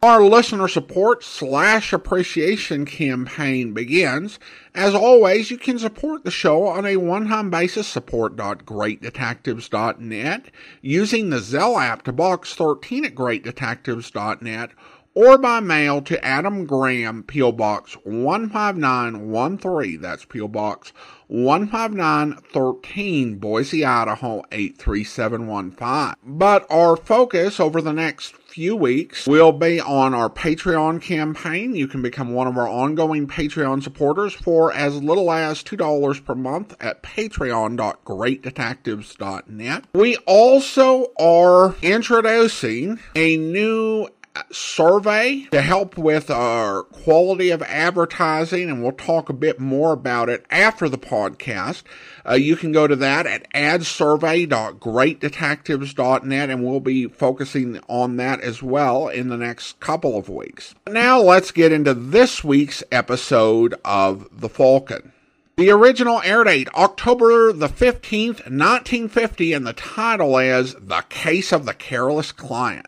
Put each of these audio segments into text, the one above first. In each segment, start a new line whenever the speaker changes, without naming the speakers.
Our listener support slash appreciation campaign begins. As always, you can support the show on a one-time basis, support.greatdetectives.net, using the Zelle app to box 13 at greatdetectives.net, or by mail to Adam Graham, P.O. Box 15913. That's P.O. Box 15913, Boise, Idaho 83715. But our focus over the next few weeks will be on our Patreon campaign. You can become one of our ongoing Patreon supporters for as little as $2 per month at patreon.greatdetectives.net. We also are introducing a new survey to help with our quality of advertising, and we'll talk a bit more about it after the podcast. Uh, you can go to that at adsurvey.greatdetectives.net, and we'll be focusing on that as well in the next couple of weeks. Now, let's get into this week's episode of The Falcon. The original air date, October the 15th, 1950, and the title is The Case of the Careless Client.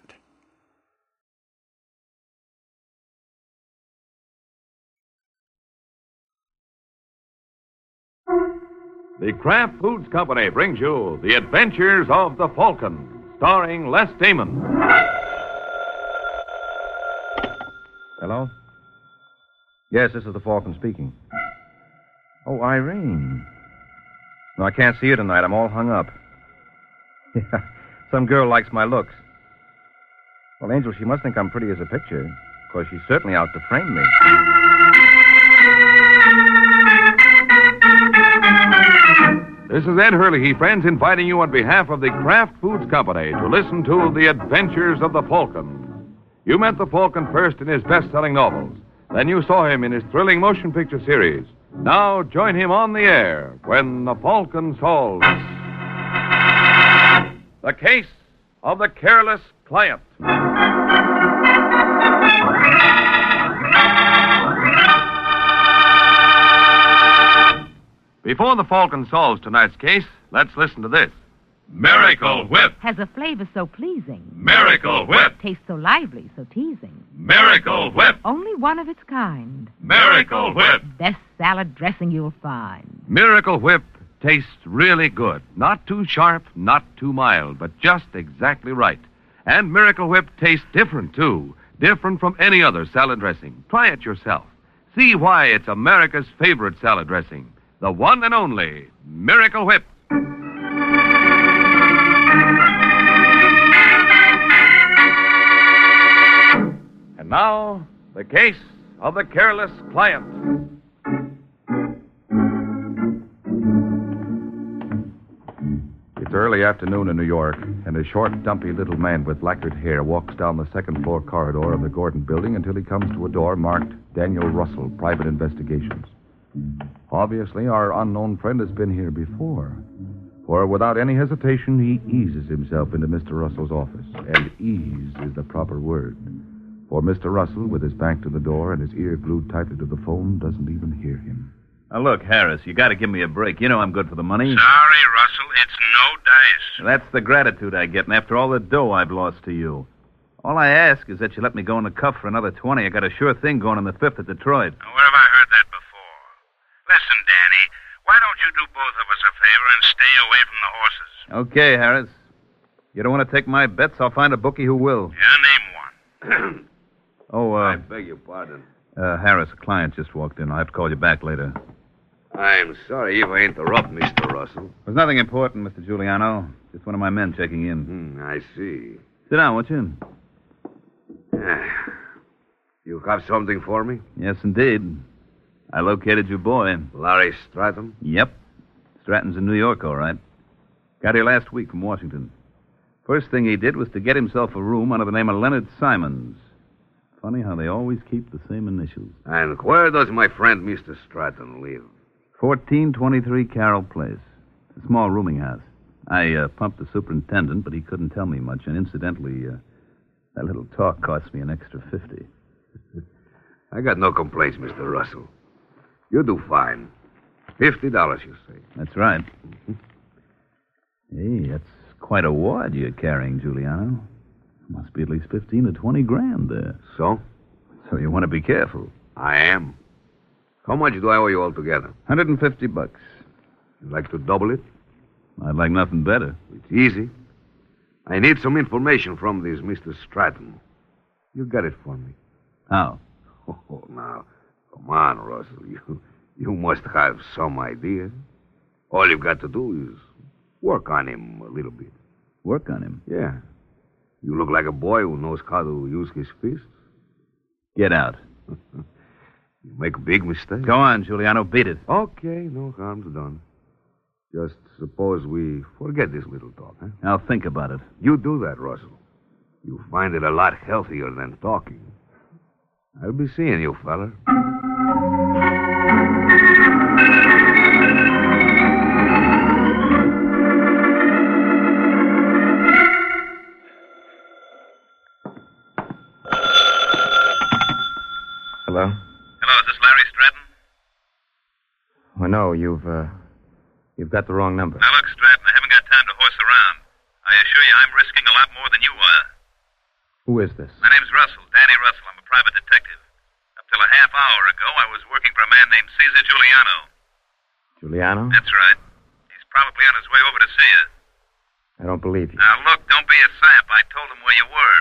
The Kraft Foods Company brings you The Adventures of the Falcon, starring Les Damon.
Hello? Yes, this is the Falcon speaking. Oh, Irene. No, I can't see you tonight. I'm all hung up. Yeah, some girl likes my looks. Well, Angel, she must think I'm pretty as a picture, because she's certainly out to frame me.
This is Ed Hurley, friends, inviting you on behalf of the Kraft Foods Company to listen to The Adventures of the Falcon. You met the Falcon first in his best selling novels. Then you saw him in his thrilling motion picture series. Now join him on the air when The Falcon solves The Case of the Careless Client. Before The Falcon solves tonight's case, let's listen to this Miracle Whip!
Has a flavor so pleasing,
Miracle Whip!
tastes so lively, so teasing.
Miracle Whip!
Only one of its kind.
Miracle Whip!
Best salad dressing you'll find.
Miracle Whip tastes really good. Not too sharp, not too mild, but just exactly right. And Miracle Whip tastes different, too. Different from any other salad dressing. Try it yourself. See why it's America's favorite salad dressing. The one and only Miracle Whip. And now, the case of the careless client.
It's early afternoon in New York, and a short, dumpy little man with lacquered hair walks down the second floor corridor of the Gordon building until he comes to a door marked Daniel Russell, Private Investigations. Obviously, our unknown friend has been here before, for without any hesitation, he eases himself into Mr. Russell's office. And ease is the proper word, for Mr. Russell, with his back to the door and his ear glued tightly to the phone, doesn't even hear him.
Now, look, Harris, you got to give me a break. You know I'm good for the money.
Sorry, Russell, it's no dice.
That's the gratitude I get, and after all the dough I've lost to you. All I ask is that you let me go in the cuff for another 20. I got a sure thing going in the fifth at Detroit.
Where have I heard that before? Listen, Danny, why don't you do both of us a favor and stay away from the horses?
Okay, Harris. You don't want to take my bets? I'll find a bookie who will.
Yeah, name one.
Oh, uh,
beg your pardon.
uh Harris, a client just walked in. I'll have to call you back later.
I'm sorry if I interrupt, Mr. Russell.
There's nothing important, Mr. Giuliano. Just one of my men checking in.
Hmm, I see.
Sit down, won't you?
Ah. You have something for me?
Yes, indeed. I located your boy.
Larry Stratham?
Yep. Stratton's in New York, all right. Got here last week from Washington. First thing he did was to get himself a room under the name of Leonard Simons. Funny how they always keep the same initials.
And where does my friend Mr. Stratton live?
1423 Carroll Place. A small rooming house. I uh, pumped the superintendent, but he couldn't tell me much, and incidentally, uh, that little talk cost me an extra 50.
I got no complaints, Mr. Russell. You do fine. Fifty dollars, you say.
That's right. Hey, that's quite a wad you're carrying, Giuliano. Must be at least 15 or 20 grand there.
So?
So you want to be careful.
I am. How much do I owe you altogether?
150 bucks.
You'd like to double it?
I'd like nothing better.
It's easy. I need some information from this Mr. Stratton. You got it for me.
How?
Oh, now, come on, Russell. You, you must have some idea. All you've got to do is work on him a little bit.
Work on him.
Yeah. You look like a boy who knows how to use his fists.
Get out.
You make a big mistake.
Go on, Giuliano. Beat it.
Okay, no harm's done. Just suppose we forget this little talk, huh?
I'll think about it.
You do that, Russell. You find it a lot healthier than talking. I'll be seeing you, fella.
Hello?
Hello, is this Larry Stratton?
Well, no, you've, uh, you've got the wrong number.
Now, look, Stratton, I haven't got time to horse around. I assure you, I'm risking a lot more than you are.
Who is this?
My name's Russell, Danny Russell. I'm a private detective. Up till a half hour ago, I was working for a man named Caesar Giuliano.
Giuliano?
That's right. He's probably on his way over to see you.
I don't believe you.
Now, look, don't be a sap. I told him where you were.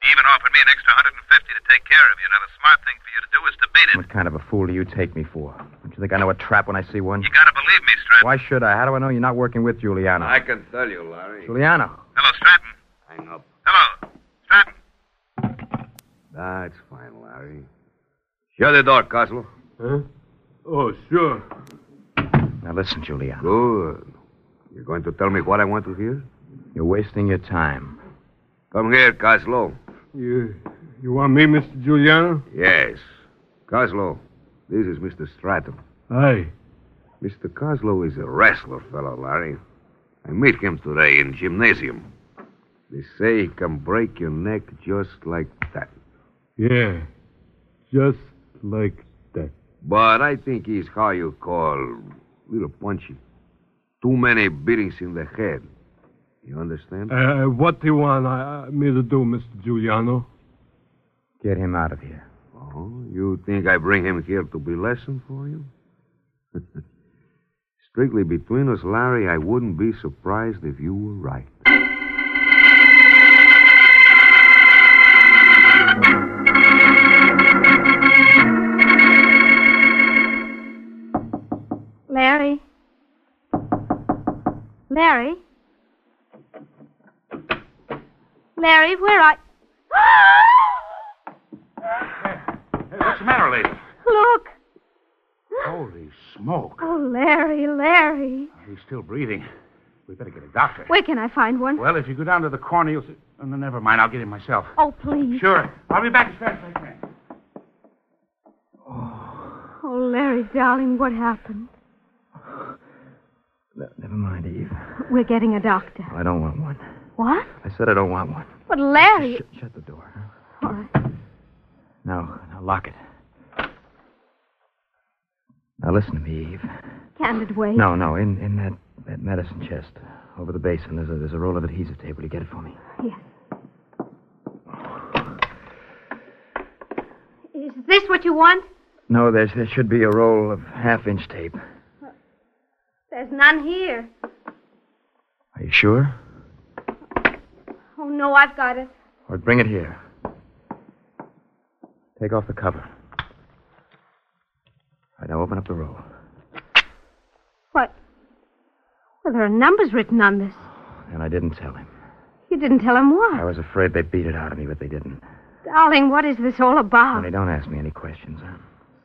He even offered me an extra 150 to take care of you. Now, the smart thing for you to do is to beat it.
What kind of a fool do you take me for? Don't you think I know a trap when I see one?
You gotta believe me, Stratton.
Why should I? How do I know you're not working with Giuliano?
I can tell you, Larry.
Giuliano.
Hello, Stratton.
Hang up.
Hello, Stratton.
That's fine, Larry. Shut the door, Costello.
Oh, sure.
Now listen, Giuliano.
Good. You're going to tell me what I want to hear?
You're wasting your time.
Come here, Costello.
You, you want me, Mr. Giuliano?
Yes. Costello, this is Mr. Stratton.
Aye.
Mr. Coslow is a wrestler fellow, Larry. I met him today in gymnasium. They say he can break your neck just like that.
Yeah. Just like that.
But I think he's how you call little punchy. Too many beatings in the head. You understand?
Uh, what do you want uh, me to do, Mr. Giuliano?
Get him out of here.
Oh, you think I bring him here to be lesson for you? Strictly between us, Larry, I wouldn't be surprised if you were right.
Larry? Larry? Larry, where are
Hey, what's the matter, lady?
Look!
Holy smoke.
Oh, Larry, Larry.
He's still breathing. We better get a doctor.
Where can I find one?
Well, if you go down to the corner, you'll see. Oh, no, never mind. I'll get him myself.
Oh, please.
Sure. I'll be back as fast as I can.
Oh, Larry, darling, what happened?
No, never mind, Eve.
We're getting a doctor.
I don't want one.
What?
I said I don't want one.
But, Larry.
Shut, shut the door.
All right.
Now, now lock it. Now listen to me, Eve.
Candid way.
No, no, in, in that, that medicine chest over the basin, there's a, there's a roll of adhesive tape. Will you get it for me?
Yes. Is this what you want?
No, there's, there should be a roll of half inch tape.
There's none here.
Are you sure?
Oh, no, I've got it.
Or bring it here. Take off the cover. All right, now open up the roll.
What? Well, there are numbers written on this.
And I didn't tell him.
You didn't tell him
I
what.
was afraid they beat it out of me, but they didn't.
Darling, what is this all about?
Honey, don't ask me any questions. huh?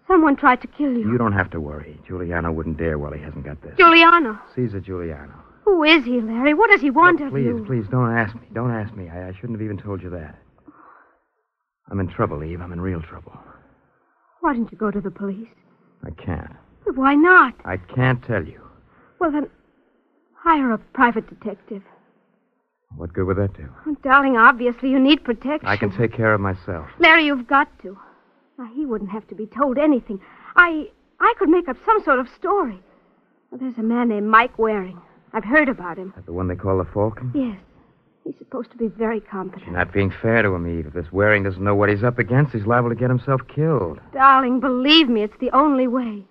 Someone tried to kill you.
You don't have to worry. Giuliano wouldn't dare while he hasn't got this.
Giuliano.
Caesar Giuliano.
Who is he, Larry? What does he want
No,
of
please,
you?
please, don't ask me. Don't ask me. I, I shouldn't have even told you that.
I'm in trouble, Eve. I'm in real trouble.
Why didn't you go to the police?
I can't.
But why not?
I can't tell you.
Well, then, hire a private detective.
What good would that do?
Oh, darling, obviously you need protection.
I can take care of myself.
Larry, you've got to. Now, he wouldn't have to be told anything. I, I could make up some sort of story. Well, there's a man named Mike Waring. I've heard about him.
The one they call the Falcon?
Yes. He's supposed to be very competent.
You're not being fair to him, Eve. If this Waring doesn't know what he's up against, he's liable to get himself killed.
Darling, believe me, it's the only way.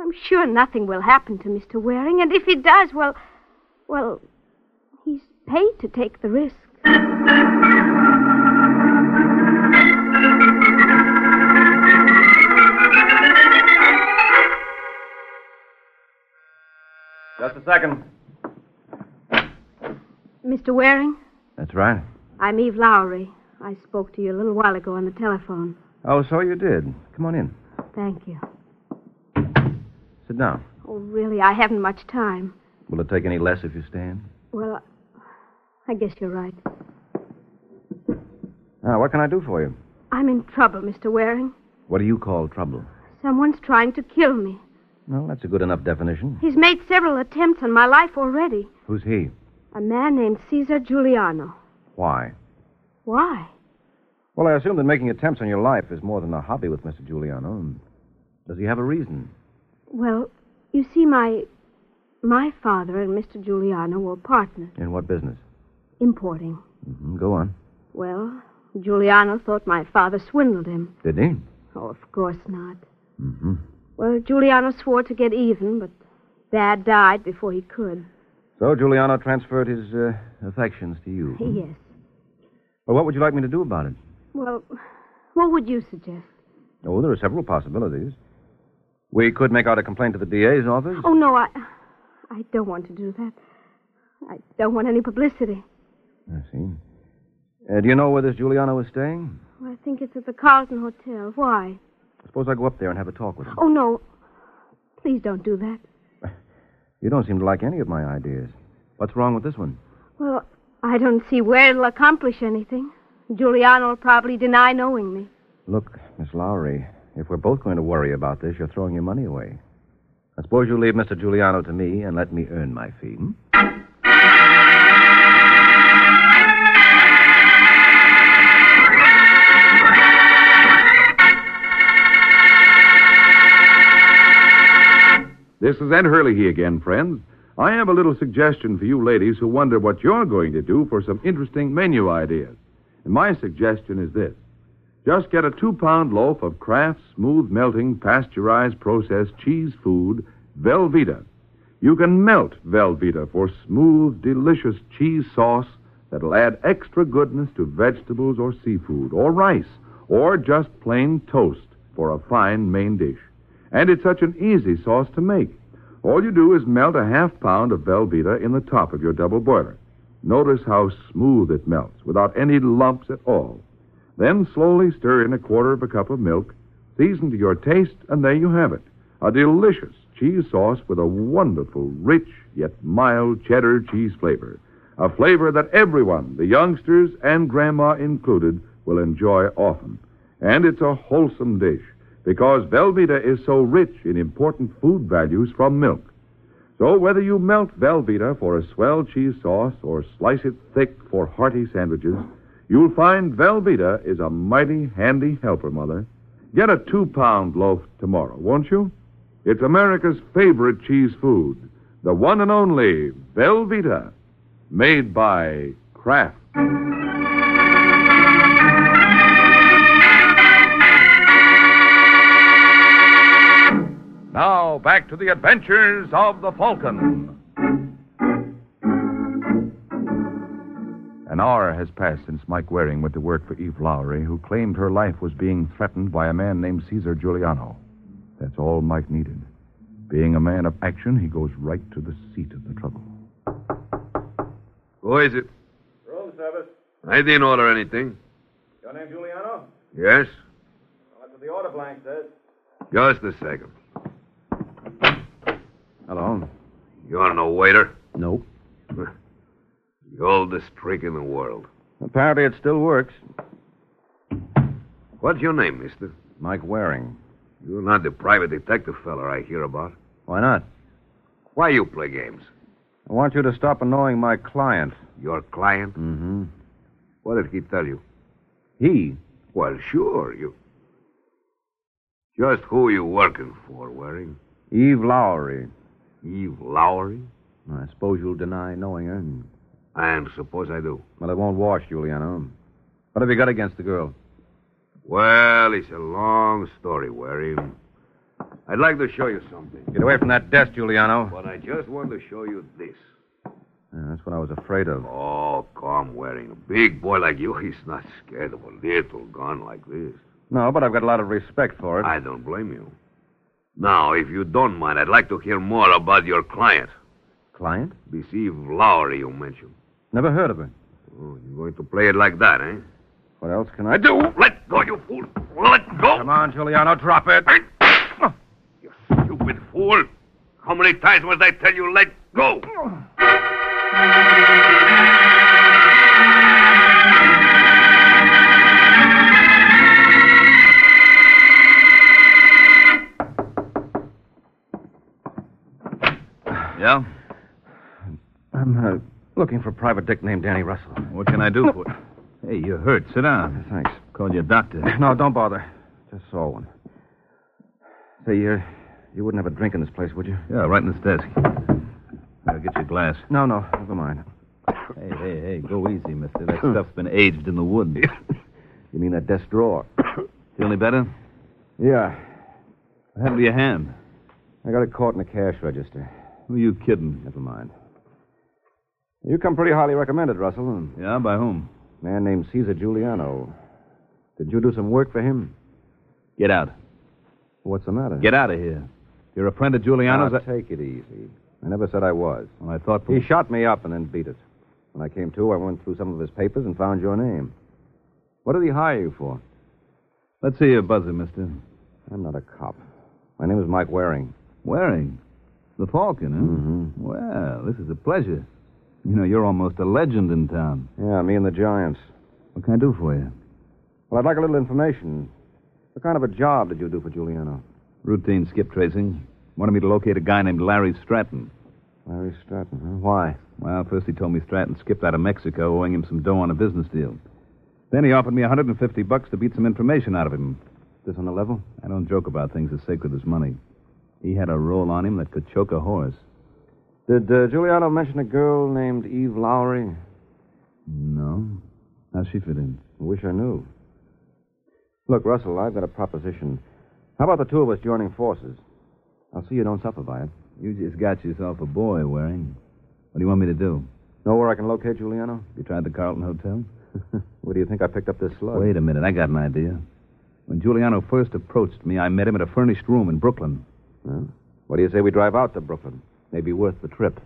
I'm sure nothing will happen to Mr. Waring, and if he does, well, well, he's paid to take the risk.
Just a second.
Mr. Waring,
That's right.
I'm Eve Lowry. I spoke to you a little while ago on the telephone.
Oh, so you did. Come on in.
Thank you.
Sit down.
Oh, really, I haven't much time.
Will it take any less if you stand?
Well, I guess you're right.
Ah, what can I do for you?
I'm in trouble, Mr. Waring.
What do you call trouble?
Someone's trying to kill me.
Well, that's a good enough definition.
He's made several attempts on my life already.
Who's he?
A man named Caesar Giuliano.
Why?
Why?
Well, I assume that making attempts on your life is more than a hobby with Mr. Giuliano. Does he have a reason?
Well, you see, my my father and Mr. Giuliano were partners,
In what business?
importing.
hmm Go on.
Well, Giuliano thought my father swindled him.
Did he?
Oh, of course not.
Mm-hmm.
Well, Giuliano swore to get even, but Dad died before he could.
So Giuliano transferred his uh, affections to you. hmm?
Yes.
Well, what would you like me to do about it?
Well, what would you suggest?
Oh, there are several possibilities. We could make out a complaint to the DA's office.
Oh no, I I don't want to do that. I don't want any publicity.
I see. Uh, do you know where this Giuliano is staying?
Well, I think it's at the Carlton Hotel. Why?
Suppose I go up there and have a talk with him.
Oh no. Please don't do that.
You don't seem to like any of my ideas. What's wrong with this one?
Well, I don't see where it'll accomplish anything. Giuliano will probably deny knowing me.
Look, Miss Lowry, if we're both going to worry about this, you're throwing your money away. I suppose you leave Mr. Giuliano to me and let me earn my fee. hmm?
This is Ed Hurley again, friends. I have a little suggestion for you ladies who wonder what you're going to do for some interesting menu ideas. And my suggestion is this just get a two pound loaf of Kraft's smooth melting pasteurized processed cheese food, Velveeta. You can melt Velveeta for smooth, delicious cheese sauce that'll add extra goodness to vegetables or seafood or rice or just plain toast for a fine main dish. And it's such an easy sauce to make. All you do is melt a half pound of Velveeta in the top of your double boiler. Notice how smooth it melts without any lumps at all. Then slowly stir in a quarter of a cup of milk, season to your taste, and there you have it. A delicious cheese sauce with a wonderful, rich, yet mild cheddar cheese flavor. A flavor that everyone, the youngsters and grandma included, will enjoy often. And it's a wholesome dish because Velveeta is so rich in important food values from milk. So whether you melt Velveeta for a swell cheese sauce or slice it thick for hearty sandwiches, you'll find Velveeta is a mighty handy helper, Mother. Get a two pound loaf tomorrow, won't you? It's America's favorite cheese food, the one and only Velveeta, made by Kraft.
Now, back to the adventures of the Falcon.
An hour has passed since Mike Waring went to work for Eve Lowry, who claimed her life was being threatened by a man named Caesar Giuliano. That's all Mike needed. Being a man of action, he goes right to the seat of the trouble.
Who is it?
Room service.
I didn't order anything.
Your name Giuliano?
Yes?
That's what the order blank says.
Just a second.
Hello.
You're no waiter.
Nope.
The oldest trick in the world.
Apparently it still works. What's your name, mister?
Mike Waring.
You're not the private detective fella I hear about.
Why not?
Why you play games?
I want you to stop annoying my client.
Your client?
Mm-hmm.
What did he tell you?
He?
Well, sure, you. Just who you working for, Waring?
Eve Lowry.
Eve Lowry?
I suppose you'll deny knowing her. And...
And suppose I do.
Well, it won't wash, Juliano. What have you got against the girl?
Well, it's a long story, Waring. I'd like to show you something.
Get away from that desk, Juliano.
But I just want to show you this.
Yeah, that's what I was afraid of.
Oh, calm, Waring. A big boy like you, he's not scared of a little gun like this.
No, but I've got a lot of respect for it.
I don't blame you. Now, if you don't mind, I'd like to hear more about your client.
Client?
This Eve Lowry you mentioned.
Never heard of her.
Oh, you're going to play it like that, eh?
What else can I
do? Let go, you fool! Let go!
Come on, Giuliano, drop it.
You stupid fool! How many times must I tell you let go?
Yeah?
I'm uh, looking for a private dick named Danny Russell.
What can I do for you? Hey, you're hurt. Sit down.
Thanks.
Call your doctor.
No, don't bother. Just saw one. Say, you you wouldn't have a drink in this place, would you?
Yeah, right in this desk. I'll get your glass.
No, no, never mind.
Hey, hey, hey, go easy, mister. That stuff's been aged in the wood.
You mean that desk drawer?
Feel any better?
Yeah.
What happened to your hand?
I got it caught in the cash register.
Who are you kidding?
Never mind. You come pretty highly recommended, Russell.
Yeah, by whom?
A man named Caesar Giuliano. Did you do some work for him?
Get out.
What's the matter?
Get out of here. You're a friend of Giuliano's.
Now, take it easy. I never said I was.
Well, I thought.
He shot me up and then beat it. When I came to, I went through some of his papers and found your name. What did he hire you for?
Let's see your buzzer, mister.
I'm not a cop. My name is Mike Waring.
Waring? The Falcon,
huh?
Mm-hmm. Well, this is a pleasure. You know, you're almost a legend in town.
Yeah, me and the Giants.
What can I do for you?
Well, I'd like a little information. What kind of a job did you do for Giuliano?
Routine skip tracing. Wanted me to locate a guy named Larry Stratton.
Larry Stratton, huh? Why?
Well, first he told me Stratton skipped out of Mexico, owing him some dough on a business deal. Then he offered me 150 bucks to beat some information out of him.
This on the level?
I don't joke about things as sacred as money. He had a roll on him that could choke a horse.
Did uh, Giuliano mention a girl named Eve Lowry?
No. How's she fit in?
I wish I knew. Look, Russell, I've got a proposition. How about the two of us joining forces? I'll see you don't suffer by it.
You just got yourself a boy, Waring. What do you want me to do?
Know where I can locate Giuliano?
You tried the Carlton Hotel?
where do you think I picked up this slug?
Wait a minute. I got an idea. When Giuliano first approached me, I met him at a furnished room in Brooklyn.
Well, what do you say we drive out to Brooklyn? May be worth the trip.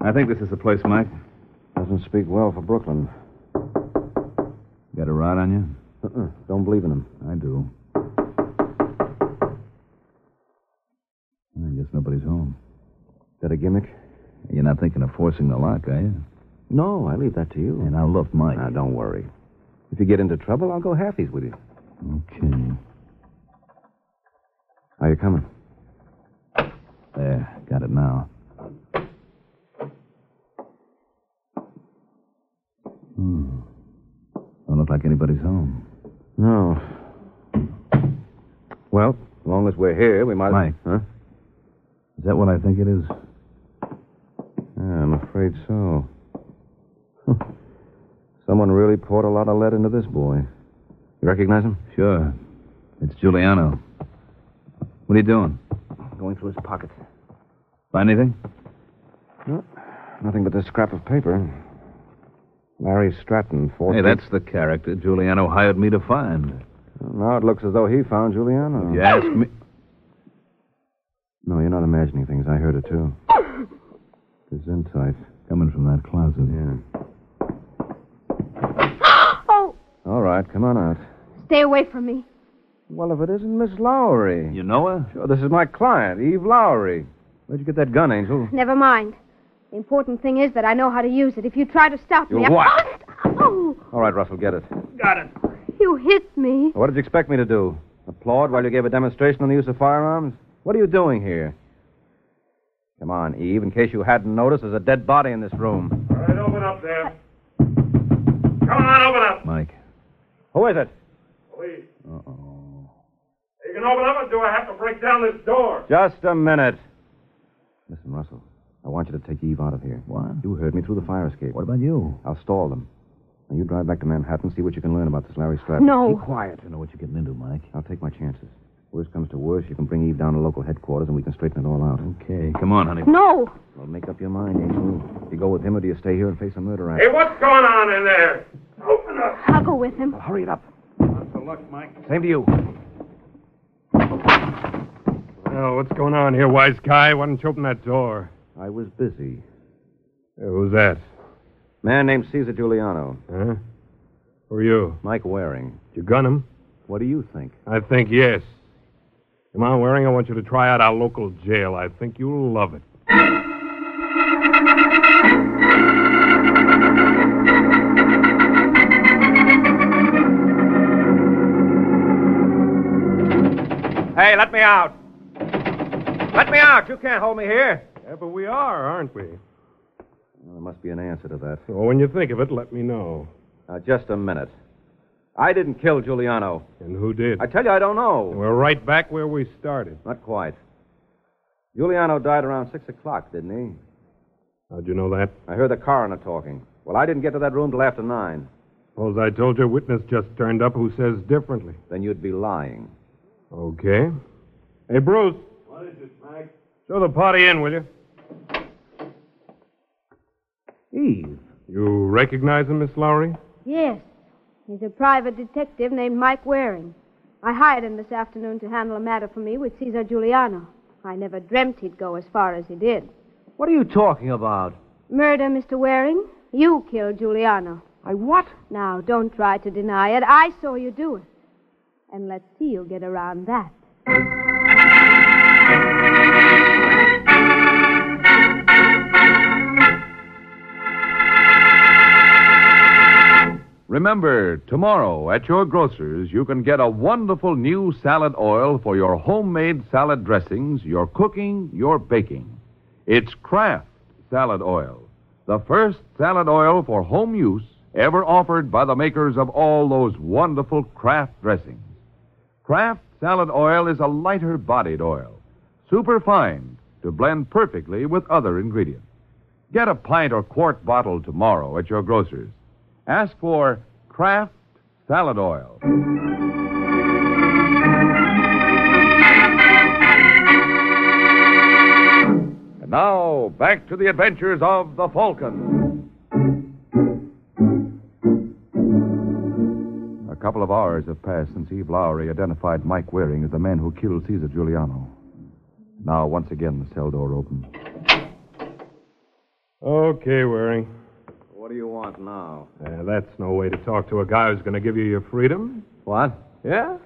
I think this is the place, Mike.
Doesn't speak well for Brooklyn.
Got a rod on you?
Uh-uh. Don't believe in him.
I do. I guess nobody's home.
Is that a gimmick?
You're not thinking of forcing the lock, are you?
No, I leave that to you.
And I'll look, Mike.
Now, don't worry. If you get into trouble, I'll go halfies with you.
Okay.
Are you coming?
There, got it now. Hmm. Don't look like anybody's home.
No. Well, as long as we're here, we might.
Mike.
Huh?
Is that what I think it is?
Yeah, I'm afraid so. Someone really poured a lot of lead into this boy. You recognize him?
Sure. It's Giuliano. What are you doing?
Going through his pockets.
Find anything?
No, nothing but this scrap of paper. Larry Stratton, 14...
Hey, that's the character Giuliano hired me to find.
Well, now it looks as though he found Giuliano.
If you ask me...
No, you're not imagining things. I heard it, too. Gesundheit.
Coming from that closet.
Yeah. Oh. All right, come on out.
Stay away from me.
Well, if it isn't Miss Lowry.
You know her?
Sure, this is my client, Eve Lowry. Where'd you get that gun, Angel?
Never mind. The important thing is that I know how to use it. If you try to stop me.
You'll
I-
what?
Oh,
All right, Russell, get it.
Got it. You hit me.
What did you expect me to do? Applaud while you gave a demonstration on the use of firearms? What are you doing here? Come on, Eve. In case you hadn't noticed, there's a dead body in this room.
All right, open up there. Come on, open up.
Mike. Who is it?
Please. You can open up, or do I have to break down this door?
Just a minute. Listen, Russell. I want you to take Eve out of here. Why? You heard me through the fire escape. What about you? I'll stall them. Now you drive back to Manhattan, see what you can learn about this Larry Stratton.
No.
Be quiet. You know what you're getting into, Mike. I'll take my chances. Worst comes to worst, you can bring Eve down to local headquarters and we can straighten it all out. Okay. Come on, honey.
No.
Well, make up your mind, Angel. Do you go with him or do you stay here and face a murder
Hey, what's going on in there? Open up.
I'll go with him.
hurry it up.
Lots of luck, Mike.
Same to you.
Well, what's going on here, wise guy? Why don't you open that door?
I was busy.
Uh, who's that?
Man named Caesar Giuliano.
Huh? Who are you?
Mike Waring.
You gun him?
What do you think?
I think yes. Come on, Waring, I want you to try out our local jail. I think you'll love it.
Hey, let me out. Let me out. You can't hold me here.
Yeah, but we are, aren't we?
Well, there must be an answer to that.
Well, when you think of it, let me know.
Now, just a minute. I didn't kill Giuliano.
And who did?
I tell you, I don't know.
We're right back where we started.
Not quite. Giuliano died around 6 o'clock, didn't
How'd you know that?
he? I heard the coroner talking. Well, I didn't get to that room till after 9.
Suppose I told you a witness just turned up who says differently.
Then you'd be lying.
Okay. Hey, Bruce,
What is it, Mike?
show the party in, will you?
Eve.
You recognize him, Miss Lowry?
Yes. He's a private detective named Mike Waring. I hired him this afternoon to handle a matter for me with Cesar Giuliano. I never dreamt he'd go as far as he did.
What are you talking about?
Murder, Mr. Waring? You killed Giuliano. I what? Now, don't try to deny it. I saw you do it. And let's see you get around that.
Remember, tomorrow at your grocer's, you can get a wonderful new salad oil for your homemade salad dressings, your cooking, your baking. It's Kraft Salad Oil, the first salad oil for home use ever offered by the makers of all those wonderful Kraft dressings. Kraft Salad Oil is a lighter bodied oil, superfine to blend perfectly with other ingredients. Get a pint or quart bottle tomorrow at your grocer's. Ask for Kraft Salad Oil.
And now, back to the adventures of the Falcon.
A couple of hours have passed since Eve Lowry identified Mike Waring as the man who killed Caesar Giuliano. Now, once again, the cell door opens.
Okay, Waring.
What do you want now?
Yeah, that's no way to talk to a guy who's going to give you your freedom.
What?
Yeah.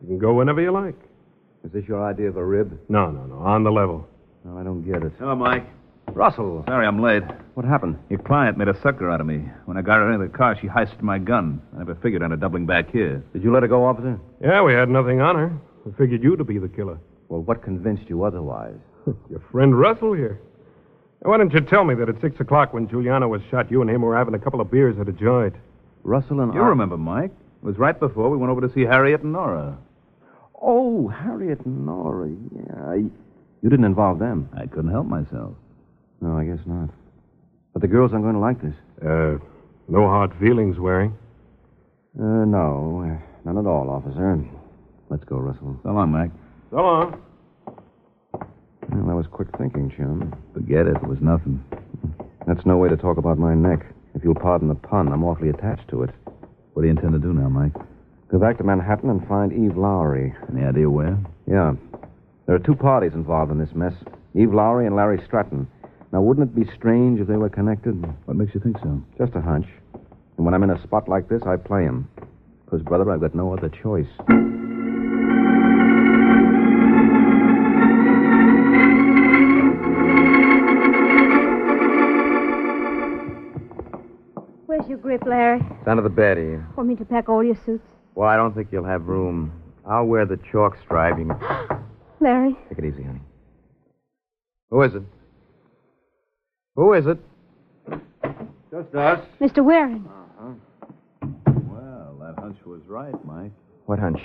You can go whenever you like.
Is this your idea of a rib?
No, no, no. On the level.
No, I don't get it.
Hello, Mike.
Russell.
Sorry I'm late.
What happened?
Your client made a sucker out of me. When I got her into the car, she heisted my gun. I never figured on her doubling back here.
Did you let her go, officer?
Yeah, we had nothing on her. We figured you to be the killer.
Well, what convinced you otherwise?
Your friend Russell here. Now, Why didn't you tell me that at 6 o'clock when Giuliano was shot, you and him were having a couple of beers at a joint?
Russell and
You remember, Mike. It was right before we went over to see Harriet and Nora.
Oh, Harriet and Nora. Yeah. I- You didn't involve them.
I couldn't help myself.
No, I guess not. But the girls aren't going to like this.
Uh, no hard feelings, Waring.
Uh, no. uh, None at all, officer. Let's go, Russell.
So long, Mike.
So long.
Well, that was quick thinking, chum.
Forget it. It was nothing.
That's no way to talk about my neck. If you'll pardon the pun, I'm awfully attached to it.
What do you intend to do now, Mike?
Go back to Manhattan and find Eve Lowry.
Any idea where?
Yeah. There are two parties involved in this mess Eve Lowry and Larry Stratton. Now, wouldn't it be strange if they were connected?
What makes you think so?
Just a hunch. And when I'm in a spot like this, I play him. Because, brother, I've got no other choice.
How's your grip, Larry?
Down to the bed, Eve.
Want me to pack all your suits?
Well, I don't think you'll have room. I'll wear the chalk stripe. You can
Larry,
take it easy, honey. Who is it? Who is it?
Just us.
Mr. Waring.
Well, that hunch was right, Mike.
What hunch?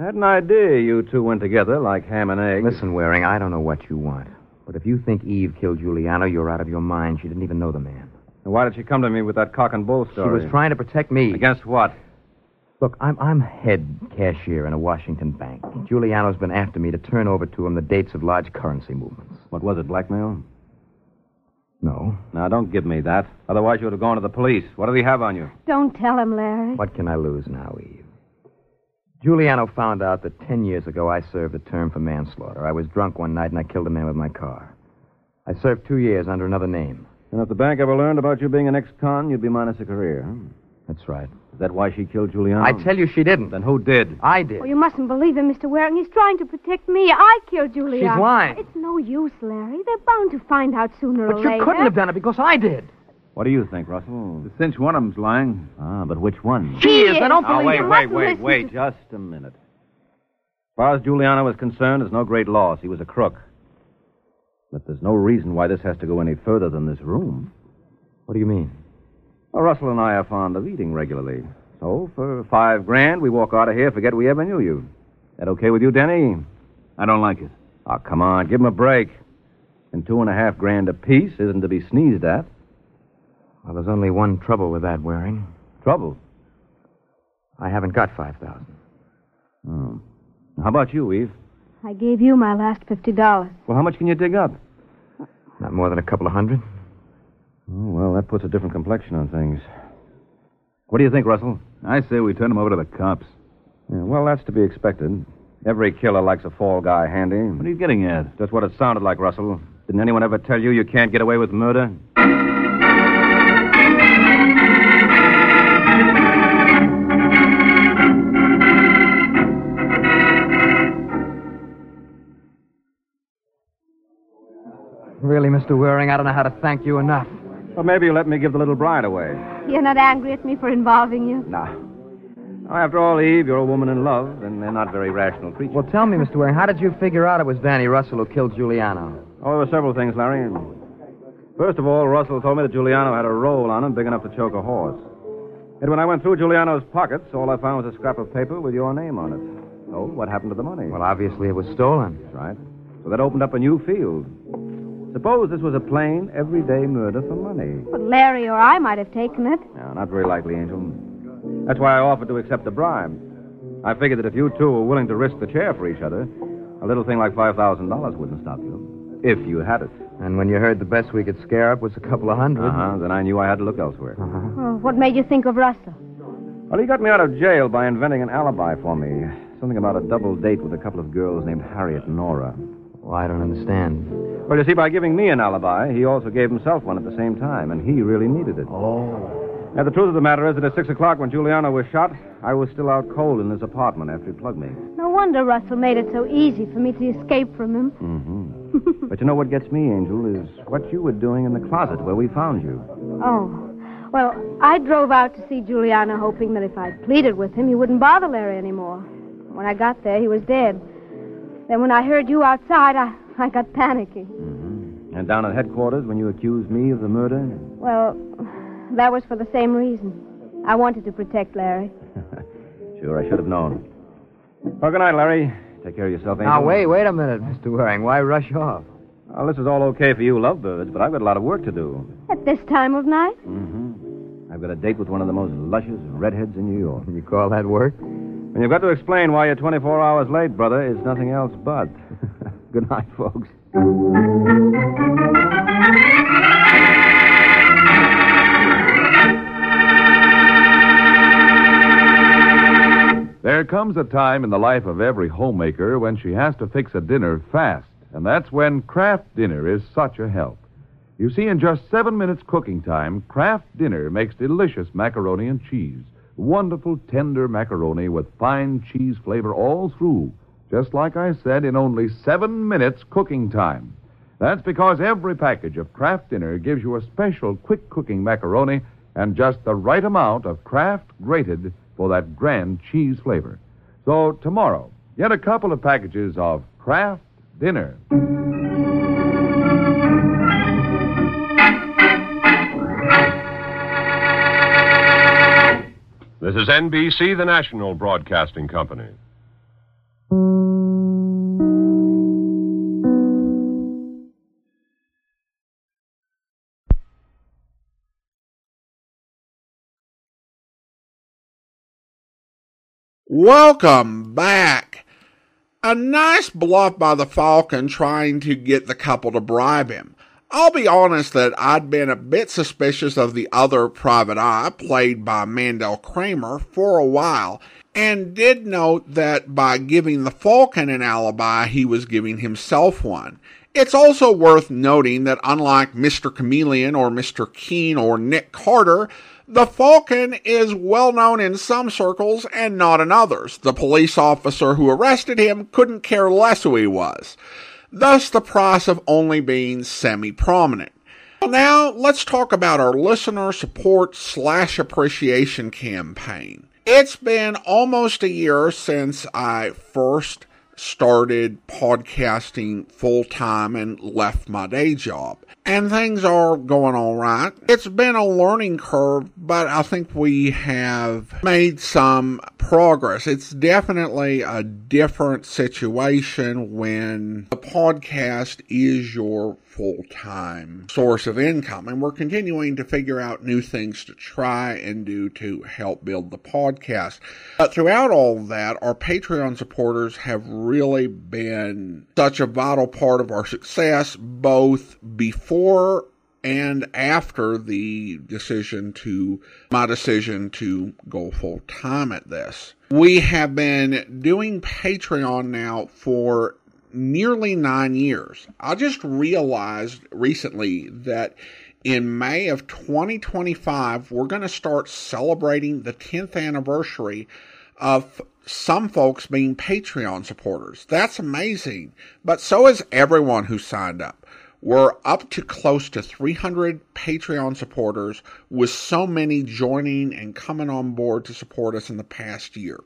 I had an idea you two went together like ham and egg.
Listen, Waring, I don't know what you want. But if you think Eve killed Giuliano, you're out of your mind. She didn't even know the man.
Why did she come to me with that cock and bull
She was trying to protect me.
Against what?
Look, I'm, I'm head cashier in a Washington bank. Giuliano's been after me to turn over to him the dates of large currency movements.
What was it, blackmail?
No.
Now, don't give me that. Otherwise, you would have gone to the police. What did he have on you?
Don't tell him, Larry.
What can I lose now, Eve? Giuliano found out that ten years ago I served a term for manslaughter. I was drunk one night and I killed a man with my car. I served two years under another name.
And if the bank ever learned about you being an ex-con, you'd be minus a career. huh?
That's right.
Is that why she killed Giuliano?
I tell you, she didn't.
Then who did?
I did.
Oh, you mustn't believe him, Mr. Waring. He's trying to protect me. I killed Julia.
She's lying.
It's no use, Larry. They're bound to find out sooner
But
or
you
later.
couldn't have done it because I did.
What do you think, Russell? Since one of them's lying. Hmm. Ah, but which one?
She is. I don't
Oh,
believe
wait,
you.
wait,
Mustn't
wait,
listen
wait. Just a minute. As far as Giuliano was concerned, there's no great loss. He was a crook. But there's no reason why this has to go any further than this room.
What do you mean?
Well, Russell and I are fond of eating regularly. So, for five grand, we walk out of here, forget we ever knew you. That okay with you, Denny? I don't like it. Oh, come on, give him a break. And two and a half grand apiece isn't to be sneezed at.
Well, there's only one trouble with that, Waring.
Trouble.
I haven't got 5000
Hmm. How about you, Eve?
I gave you my last fifty dollars.
Well, how much can you dig up?
Not more than a couple of hundred.
Oh, well, that puts a different complexion on things. What do you think, Russell? I say we turn him over to the cops. Yeah, well, that's to be expected. Every killer likes a fall guy handy. What are you getting at? Just what it sounded like, Russell. Didn't anyone ever tell you you can't get away with murder?
Really, Mr. Waring, I don't know how to thank you enough.
Well, maybe you let me give the little bride away.
You're not angry at me for involving you?
Nah. After all, Eve, you're a woman in love, and they're not very rational creatures.
Well, tell me, Mr. Waring, how did you figure out it was Danny Russell who killed Giuliano?
Oh, there were several things, Larry. First of all, Russell told me that Giuliano had a roll on him big enough to choke a horse. And when I went through Giuliano's pockets, all I found was a scrap of paper with your name on it. So, what happened to the money?
Well, obviously it was stolen.
right. So that opened up a new field. Suppose this was a plain, everyday murder for money.
But Larry or I might have taken it.
No, not very likely, Angel. That's why I offered to accept the bribe. I figured that if you two were willing to risk the chair for each other, a little thing like $5,000 wouldn't stop you, if you had it.
And when you heard the best we could scare up was a couple of 100
Uh-huh. Then I knew I had to look elsewhere.
Oh, what made you think of Russell?
Well, he got me out of jail by inventing an alibi for me. Something about a double date with a couple of girls named Harriet and Nora.
Well, Oh, I don't understand.
Well, you see, by giving me an alibi, he also gave himself one at the same time, and he really needed it. Oh. Now, the truth of the matter is that at 6 o'clock when Giuliano was shot, I was still out cold in his apartment after he plugged me.
No wonder Russell made it so easy for me to escape from him.
Mm-hmm. but you know what gets me, Angel, is what you were doing in the closet where we found you.
Oh. Well, I drove out to see Juliana, hoping that if I pleaded with him, he wouldn't bother Larry anymore. When I got there, he was dead. Then when I heard you outside, I, I got panicky.
And down at headquarters when you accused me of the murder.
Well, that was for the same reason. I wanted to protect Larry.
Sure, I should have known. Well, good night, Larry. Take care of yourself, Angel.
Now, wait, wait a minute, Mr. Waring. Why rush off?
Well, this is all okay for you lovebirds, but I've got a lot of work to do.
At this time of night?
I've got a date with one of the most luscious redheads in New York.
You call that work?
And you've got to explain why you're 24 hours late, brother, is nothing else but. Good night, folks.
There comes a time in the life of every homemaker when she has to fix a dinner fast, and that's when Kraft Dinner is such a help. You see, in just seven minutes cooking time, Kraft Dinner makes delicious macaroni and cheese. Wonderful, tender macaroni with fine cheese flavor all through, just like I said, in only seven minutes cooking time. That's because every package of Kraft Dinner gives you a special quick cooking macaroni and just the right amount of Kraft grated for that grand cheese flavor. So tomorrow, yet a couple of packages of Kraft Dinner.
This is NBC, the national broadcasting company.
Welcome back. A nice bluff by the Falcon trying to get the couple to bribe him. I'll be honest that I'd been a bit suspicious of the other private eye, played by Mandel Kramer, for a while, and did note that by giving the Falcon an alibi, he was giving himself one. It's also worth noting that unlike Mr. Chameleon or Mr. Keene or Nick Carter, the Falcon is well known in some circles and not in others. The police officer who arrested him couldn't care less who he was. Thus, the price of only being semi prominent. Now, let's talk about our listener support slash appreciation campaign. It's been almost a year since I first started podcasting full time and left my day job. And things are going all right. It's been a learning curve, but I think we have made some progress. It's definitely a different situation when the podcast is your full time source of income. And we're continuing to figure out new things to try and do to help build the podcast. But throughout all that, our Patreon supporters have really been such a vital part of our success, both before and after the decision to my decision to go full time at this. We have been doing Patreon now for nearly nine years. I just realized recently that in May of 2025, we're going to start celebrating the 10th anniversary of some folks being Patreon supporters. That's amazing. But so is everyone who signed up. We're up to close to 300 Patreon supporters, with so many joining and coming on board to support us in the past year.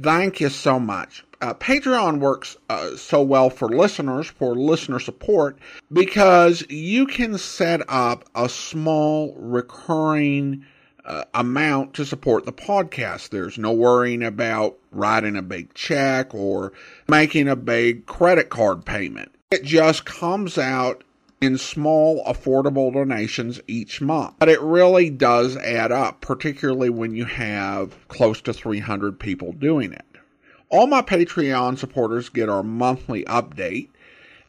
Thank you so much. Uh, Patreon works uh, so well for listeners, for listener support, because you can set up a small recurring uh, amount to support the podcast. There's no worrying about writing a big check or making a big credit card payment. It just comes out in small, affordable donations each month. But it really does add up, particularly when you have close to 300 people doing it. All my Patreon supporters get our monthly update.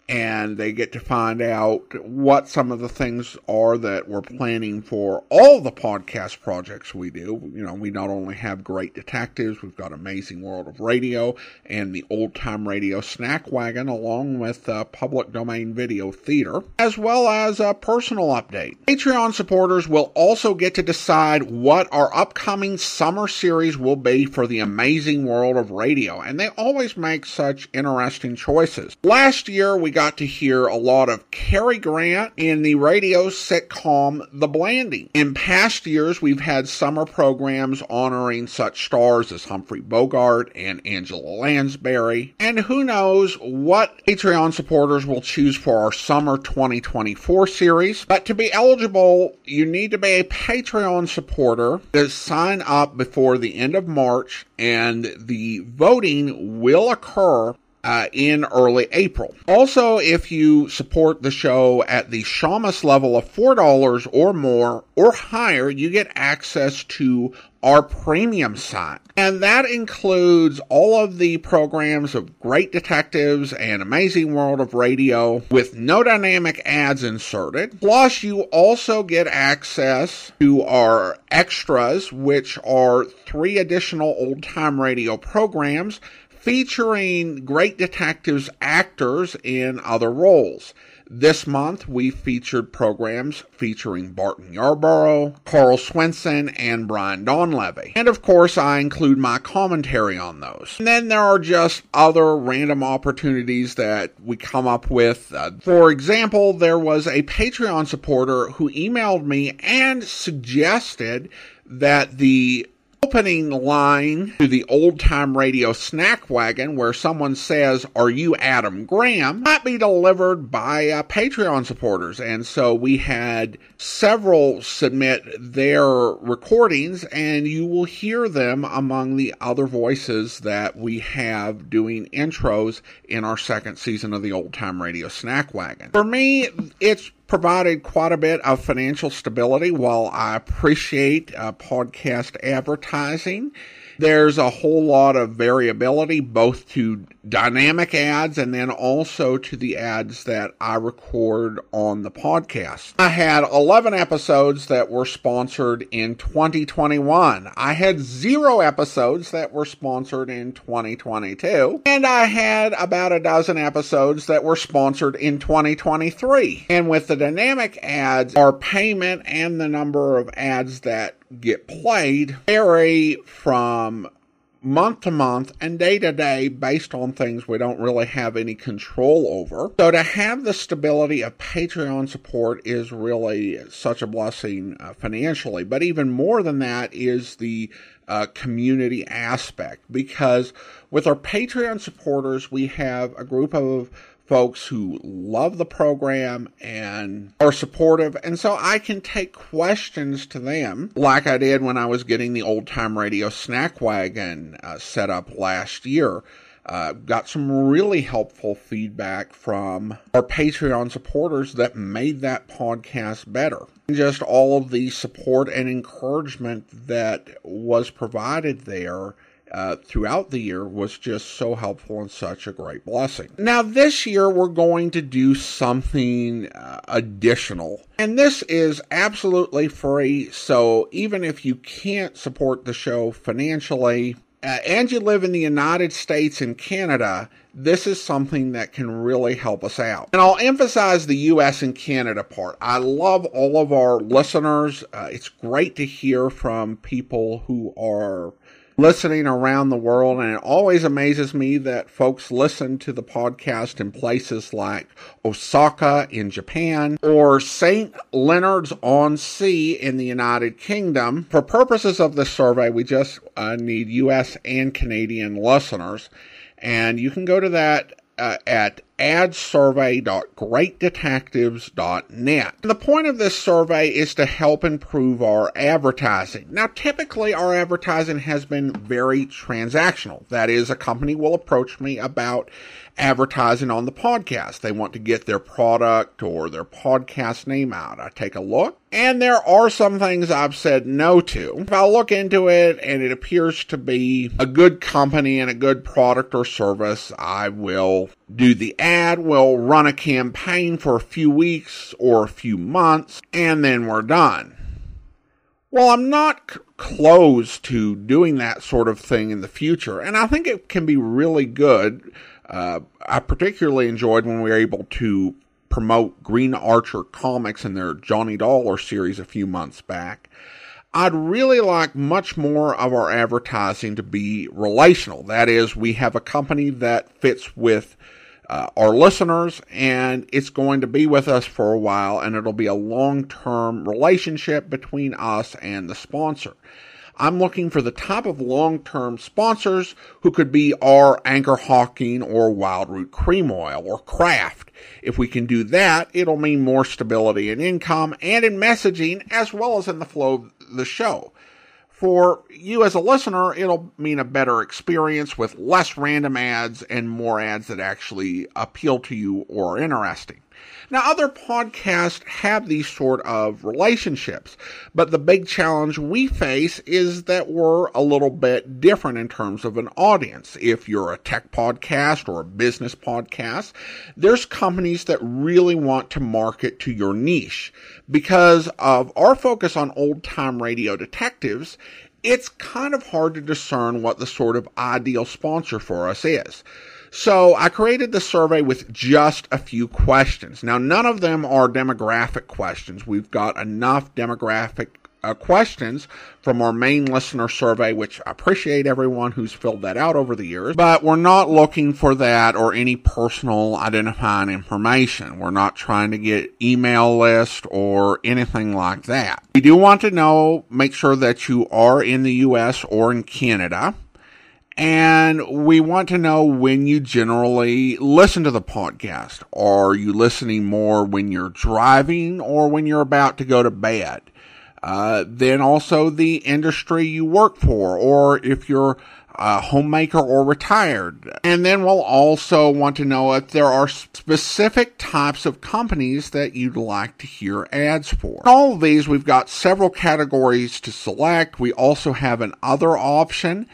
And they get to find out what some of the things are that we're planning for all the podcast projects we do. You know, we not only have great detectives, we've got Amazing World of Radio and the Old Time Radio Snack Wagon, along with uh, Public Domain Video Theater, as well as a personal update. Patreon supporters will also get to decide what our upcoming summer series will be for the Amazing World of Radio, and they always make such interesting choices. Last year, we got to hear a lot of Cary Grant in the radio sitcom The Blanding. In past years, we've had summer programs honoring such stars as Humphrey Bogart and Angela Lansbury. And who knows what Patreon supporters will choose for our summer 2024 series. But to be eligible, you need to be a Patreon supporter to sign up before the end of March, and the voting will occur uh, in early April. Also, if you support the show at the Shamus level of $4 or more or higher, you get access to our premium site. And that includes all of the programs of Great Detectives and Amazing World of Radio with no dynamic ads inserted. Plus, you also get access to our extras, which are three additional old time radio programs featuring great detectives actors in other roles. This month, we featured programs featuring Barton Yarborough, Carl Swenson, and Brian Donlevy. And of course, I include my commentary on those. And then there are just other random opportunities that we come up with. Uh, for example, there was a Patreon supporter who emailed me and suggested that the opening line to the old time radio snack wagon where someone says, Are you Adam Graham? might be delivered by uh, Patreon supporters. And so we had several submit their recordings, and you will hear them among the other voices that we have doing intros in our second season of the old time radio snack wagon. For me, it's provided quite a bit of financial stability while I appreciate uh, podcast advertising. There's a whole lot of variability both to dynamic ads and then also to the ads that I record on the podcast. I had 11 episodes that were sponsored in 2021. I had zero episodes that were sponsored in 2022. And I had about a dozen episodes that were sponsored in 2023. And with the dynamic ads, our payment and the number of ads that get played vary from month to month and day to day based on things we don't really have any control over. So to have the stability of Patreon support is really such a blessing uh, financially, but even more than that is the uh, community aspect because with our Patreon supporters, we have a group of folks who love the program and are supportive. And so I can take questions to them, like I did when I was getting the old time radio snack wagon uh, set up last year. Uh, got some really helpful feedback from our Patreon supporters that made that podcast better. And just all of the support and encouragement that was provided there uh, throughout the year was just so helpful and such a great blessing. Now, this year we're going to do something uh, additional, and this is absolutely free. So, even if you can't support the show financially, uh, and you live in the United States and Canada, this is something that can really help us out. And I'll emphasize the US and Canada part. I love all of our listeners. Uh, it's great to hear from people who are listening around the world. And it always amazes me that folks listen to the podcast in places like Osaka in Japan or St. Leonard's on Sea in the United Kingdom. For purposes of this survey, we just uh, need US and Canadian listeners. And you can go to that uh, at adsurvey.greatdetectives.net. And the point of this survey is to help improve our advertising. Now, typically, our advertising has been very transactional. That is, a company will approach me about advertising on the podcast. They want to get their product or their podcast name out. I take a look, and there are some things I've said no to. If I look into it and it appears to be a good company and a good product or service, I will do the ad, we'll run a campaign for a few weeks or a few months, and then we're done. Well, I'm not c- closed to doing that sort of thing in the future, and I think it can be really good. Uh, I particularly enjoyed when we were able to promote Green Archer Comics and their Johnny Dollar series a few months back. I'd really like much more of our advertising to be relational. That is, we have a company that fits with uh, our listeners and it's going to be with us for a while and it'll be a long term relationship between us and the sponsor. I'm looking for the type of long term sponsors who could be our Anchor Hawking or Wild Root Cream Oil or Kraft. If we can do that, it'll mean more stability in income and in messaging as well as in the flow of the show. For you as a listener, it'll mean a better experience with less random ads and more ads that actually appeal to you or are interesting. Now, other podcasts have these sort of relationships, but the big challenge we face is that we're a little bit different in terms of an audience. If you're a tech podcast or a business podcast, there's companies that really want to market to your niche. Because of our focus on old time radio detectives, it's kind of hard to discern what the sort of ideal sponsor for us is. So I created the survey with just a few questions. Now, none of them are demographic questions. We've got enough demographic uh, questions from our main listener survey, which I appreciate everyone who's filled that out over the years, but we're not looking for that or any personal identifying information. We're not trying to get email list or anything like that. We do want to know, make sure that you are in the US or in Canada. And we want to know when you generally listen to the podcast. Are you listening more when you're driving or when you're about to go to bed? Uh, then also the industry you work for, or if you're a homemaker or retired. And then we'll also want to know if there are specific types of companies that you'd like to hear ads for. All of these, we've got several categories to select. We also have an other option.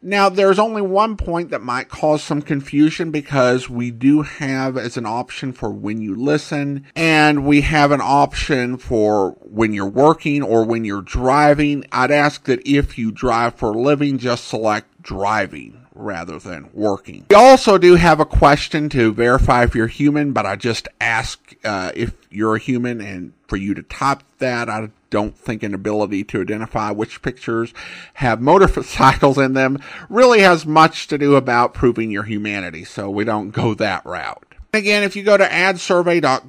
Now, there's only one point that might cause some confusion because we do have as an option for when you listen, and we have an option for when you're working or when you're driving. I'd ask that if you drive for a living, just select driving rather than working. We also do have a question to verify if you're human, but I just ask uh, if you're a human and for you to type that. I don't think an ability to identify which pictures have motorcycles in them really has much to do about proving your humanity, so we don't go that route. And Again, if you go to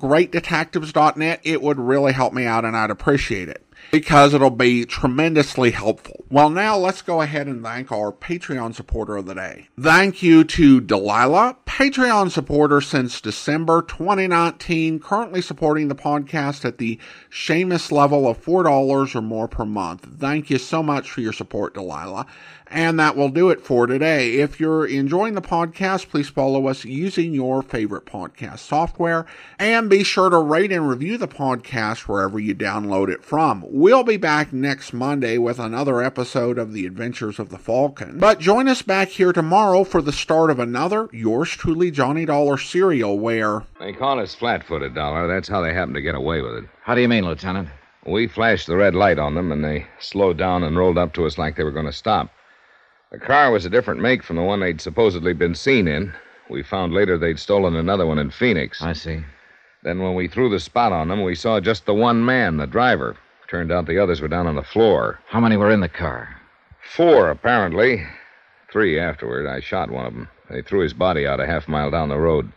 adsurvey.greatdetectives.net, it would really help me out and I'd appreciate it because it'll be tremendously helpful. Well, now let's go ahead and thank our Patreon supporter of the day. Thank you to Delilah, Patreon supporter since December 2019, currently supporting the podcast at the Seamus level of $4 or more per month. Thank you so much for your support, Delilah. And that will do it for today. If you're enjoying the podcast, please follow us using your favorite podcast software and be sure to rate and review the podcast wherever you download it from. We'll be back next Monday with another episode of The Adventures of the Falcon. But join us back here tomorrow for the start of another yours truly Johnny Dollar serial where
They call us flat footed, Dollar. That's how they happen to get away with it.
How do you mean, Lieutenant?
We flashed the red light on them, and they slowed down and rolled up to us like they were going to stop. The car was a different make from the one they'd supposedly been seen in. We found later they'd stolen another one in Phoenix.
I see.
Then, when we threw the spot on them, we saw just the one man, the driver. Turned out the others were down on the floor.
How many were in the car?
Four, apparently. Three afterward. I shot one of them. They threw his body out a half mile down the road.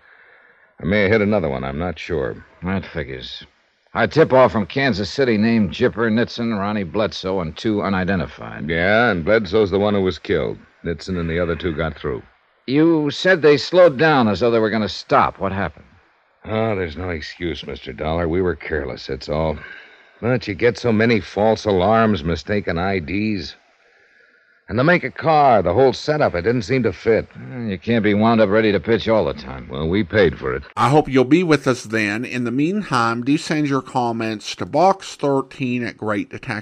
I may have hit another one. I'm not sure.
That figures. Our tip off from Kansas City named Jipper, Nitson, Ronnie Bledsoe, and two unidentified.
Yeah, and Bledsoe's the one who was killed. Nitson and the other two got through.
You said they slowed down as though they were going to stop. What happened?
Oh, there's no excuse, Mr. Dollar. We were careless, that's all. But you get so many false alarms, mistaken IDs. And to make a car, the whole setup, it didn't seem to fit.
You can't be wound up ready to pitch all the time.
Well, we paid for it.
I hope you'll be with us then. In the meantime, do send your comments to box13 at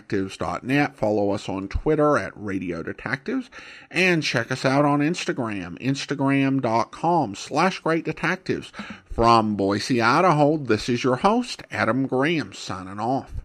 greatdetectives.net. Follow us on Twitter at Radio Detectives and check us out on Instagram, instagram.com slash greatdetectives. From Boise, Idaho, this is your host, Adam Graham, signing off.